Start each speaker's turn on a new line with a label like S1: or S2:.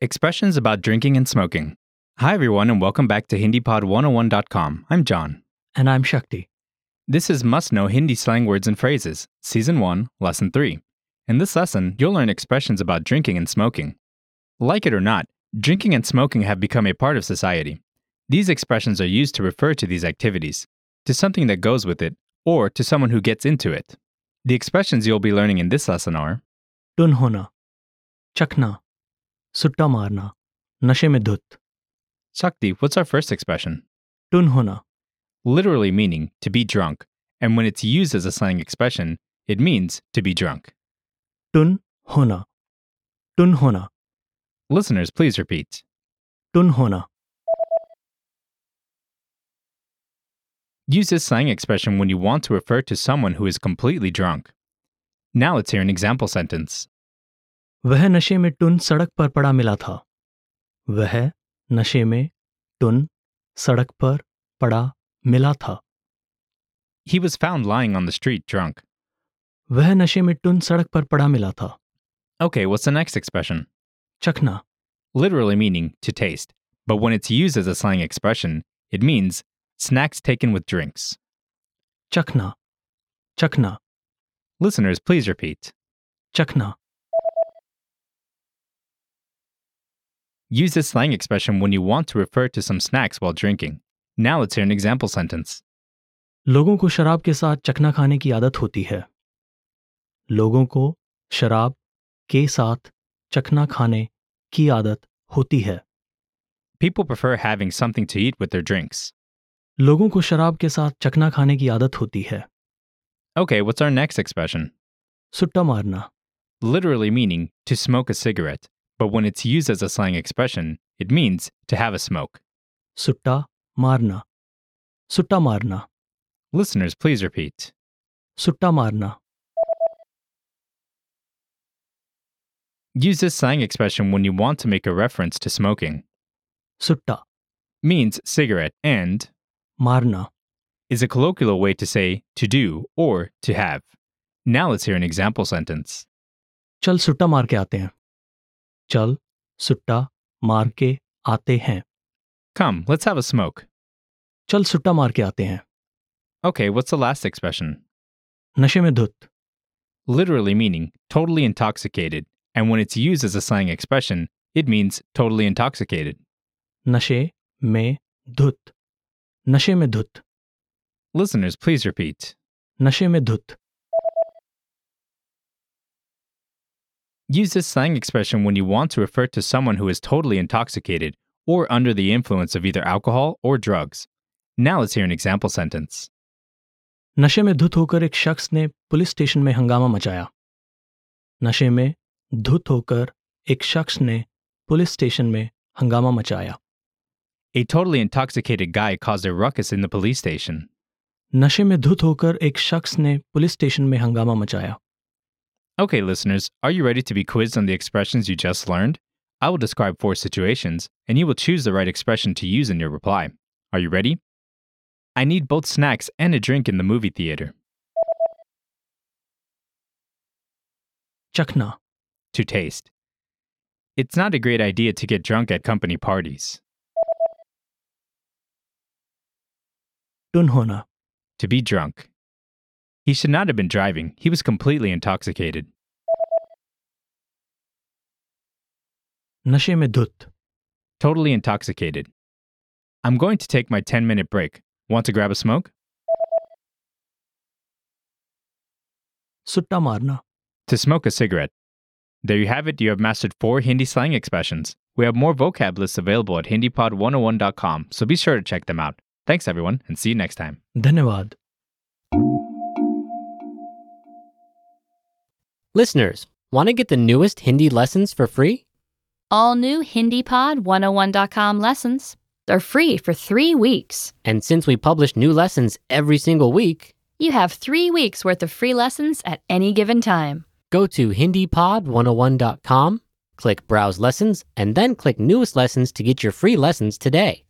S1: Expressions about drinking and smoking. Hi, everyone, and welcome back to HindiPod101.com. I'm John.
S2: And I'm Shakti.
S1: This is Must Know Hindi Slang Words and Phrases, Season 1, Lesson 3. In this lesson, you'll learn expressions about drinking and smoking. Like it or not, drinking and smoking have become a part of society. These expressions are used to refer to these activities, to something that goes with it, or to someone who gets into it. The expressions you'll be learning in this lesson are
S2: टुन होना चखना सुट्टा मारना नशे में धुत
S1: Shakti, what's our first expression?
S2: टुन होना
S1: literally meaning to be drunk, and when it's used as a slang expression, it means to be drunk.
S2: टुन होना टुन होना
S1: Listeners, please repeat.
S2: टुन होना
S1: Use this slang expression when you want to refer to someone who is completely drunk. Now let's hear an example sentence.
S2: वह नशे में टुन सड़क पर पड़ा मिला था वह नशे में टुन सड़क पर पड़ा मिला था
S1: He was found lying on the street drunk.
S2: वह नशे में टुन सड़क पर पड़ा मिला था
S1: Okay, what's the next expression?
S2: चखना
S1: Literally meaning to taste, but when it's used as a slang expression, it means snacks taken with drinks.
S2: चखना चखना
S1: Listeners, please repeat.
S2: चखना
S1: Use this slang expression when you want to refer to some snacks while drinking. Now let's hear an example sentence.
S2: लोगों को शराब के साथ चखना खाने की आदत होती है लोगों को शराब के साथ चखना खाने की आदत होती है
S1: People prefer having something to eat with their drinks.
S2: लोगों को शराब के साथ चखना खाने की आदत होती है
S1: Okay, what's our next expression?
S2: सुट्टा मारना
S1: Literally meaning to smoke a cigarette, but when it's used as a slang expression, it means to have a smoke.
S2: सुट्टा मारना सुट्टा मारना
S1: Listeners, please repeat.
S2: सुट्टा मारना
S1: Use this slang expression when you want to make a reference to smoking.
S2: Sutta
S1: Means cigarette and
S2: मारना
S1: is a colloquial way to say to do or to have. Now let's hear an example sentence.
S2: चल सुट्टा मार के आते हैं चल सुट्टा मार के आते हैं
S1: Come, let's have a smoke.
S2: चल सुट्टा मार के आते हैं
S1: Okay, what's the last expression?
S2: नशे में धुत
S1: Literally meaning totally intoxicated, and when it's used as a slang expression, it means totally intoxicated.
S2: नशे में धुत नशे में धुत
S1: Listeners, please repeat.
S2: नशे में धुत
S1: Use this slang expression when you want to refer to someone who is totally intoxicated or under the influence of either alcohol or drugs. Now let's hear an example sentence.
S2: नशे में धुत होकर एक शख्स ने पुलिस स्टेशन में हंगामा मचाया नशे में धुत होकर एक शख्स ने पुलिस स्टेशन में हंगामा मचाया
S1: A totally intoxicated guy caused a ruckus in the police station.
S2: नशे में धुत होकर एक शख्स ने पुलिस स्टेशन में हंगामा मचाया
S1: Okay, listeners, are you ready to be quizzed on the expressions you just learned? I will describe four situations, and you will choose the right expression to use in your reply. Are you ready? I need both snacks and a drink in the movie theater.
S2: चखना
S1: To taste. It's not a great idea to get drunk at company parties.
S2: टुन होना
S1: To be drunk. He should not have been driving, he was completely intoxicated.
S2: नशे में धुत
S1: Totally intoxicated. I'm going to take my 10 minute break. Want to grab a smoke?
S2: सुट्टा मारना
S1: to smoke a cigarette. There you have it. You have mastered four Hindi slang expressions. We have more vocab lists available at HindiPod101.com, so be sure to check them out. Thanks, everyone, and see you next time.
S2: धन्यवाद
S3: Listeners, want to get the newest Hindi lessons for free?
S4: All new HindiPod101.com lessons. They're free for three weeks.
S3: And since we publish new lessons every single week,
S4: You have three weeks worth of free lessons at any given time.
S3: go to HindiPod101.com, click Browse Lessons, and then click Newest Lessons to get your free lessons today.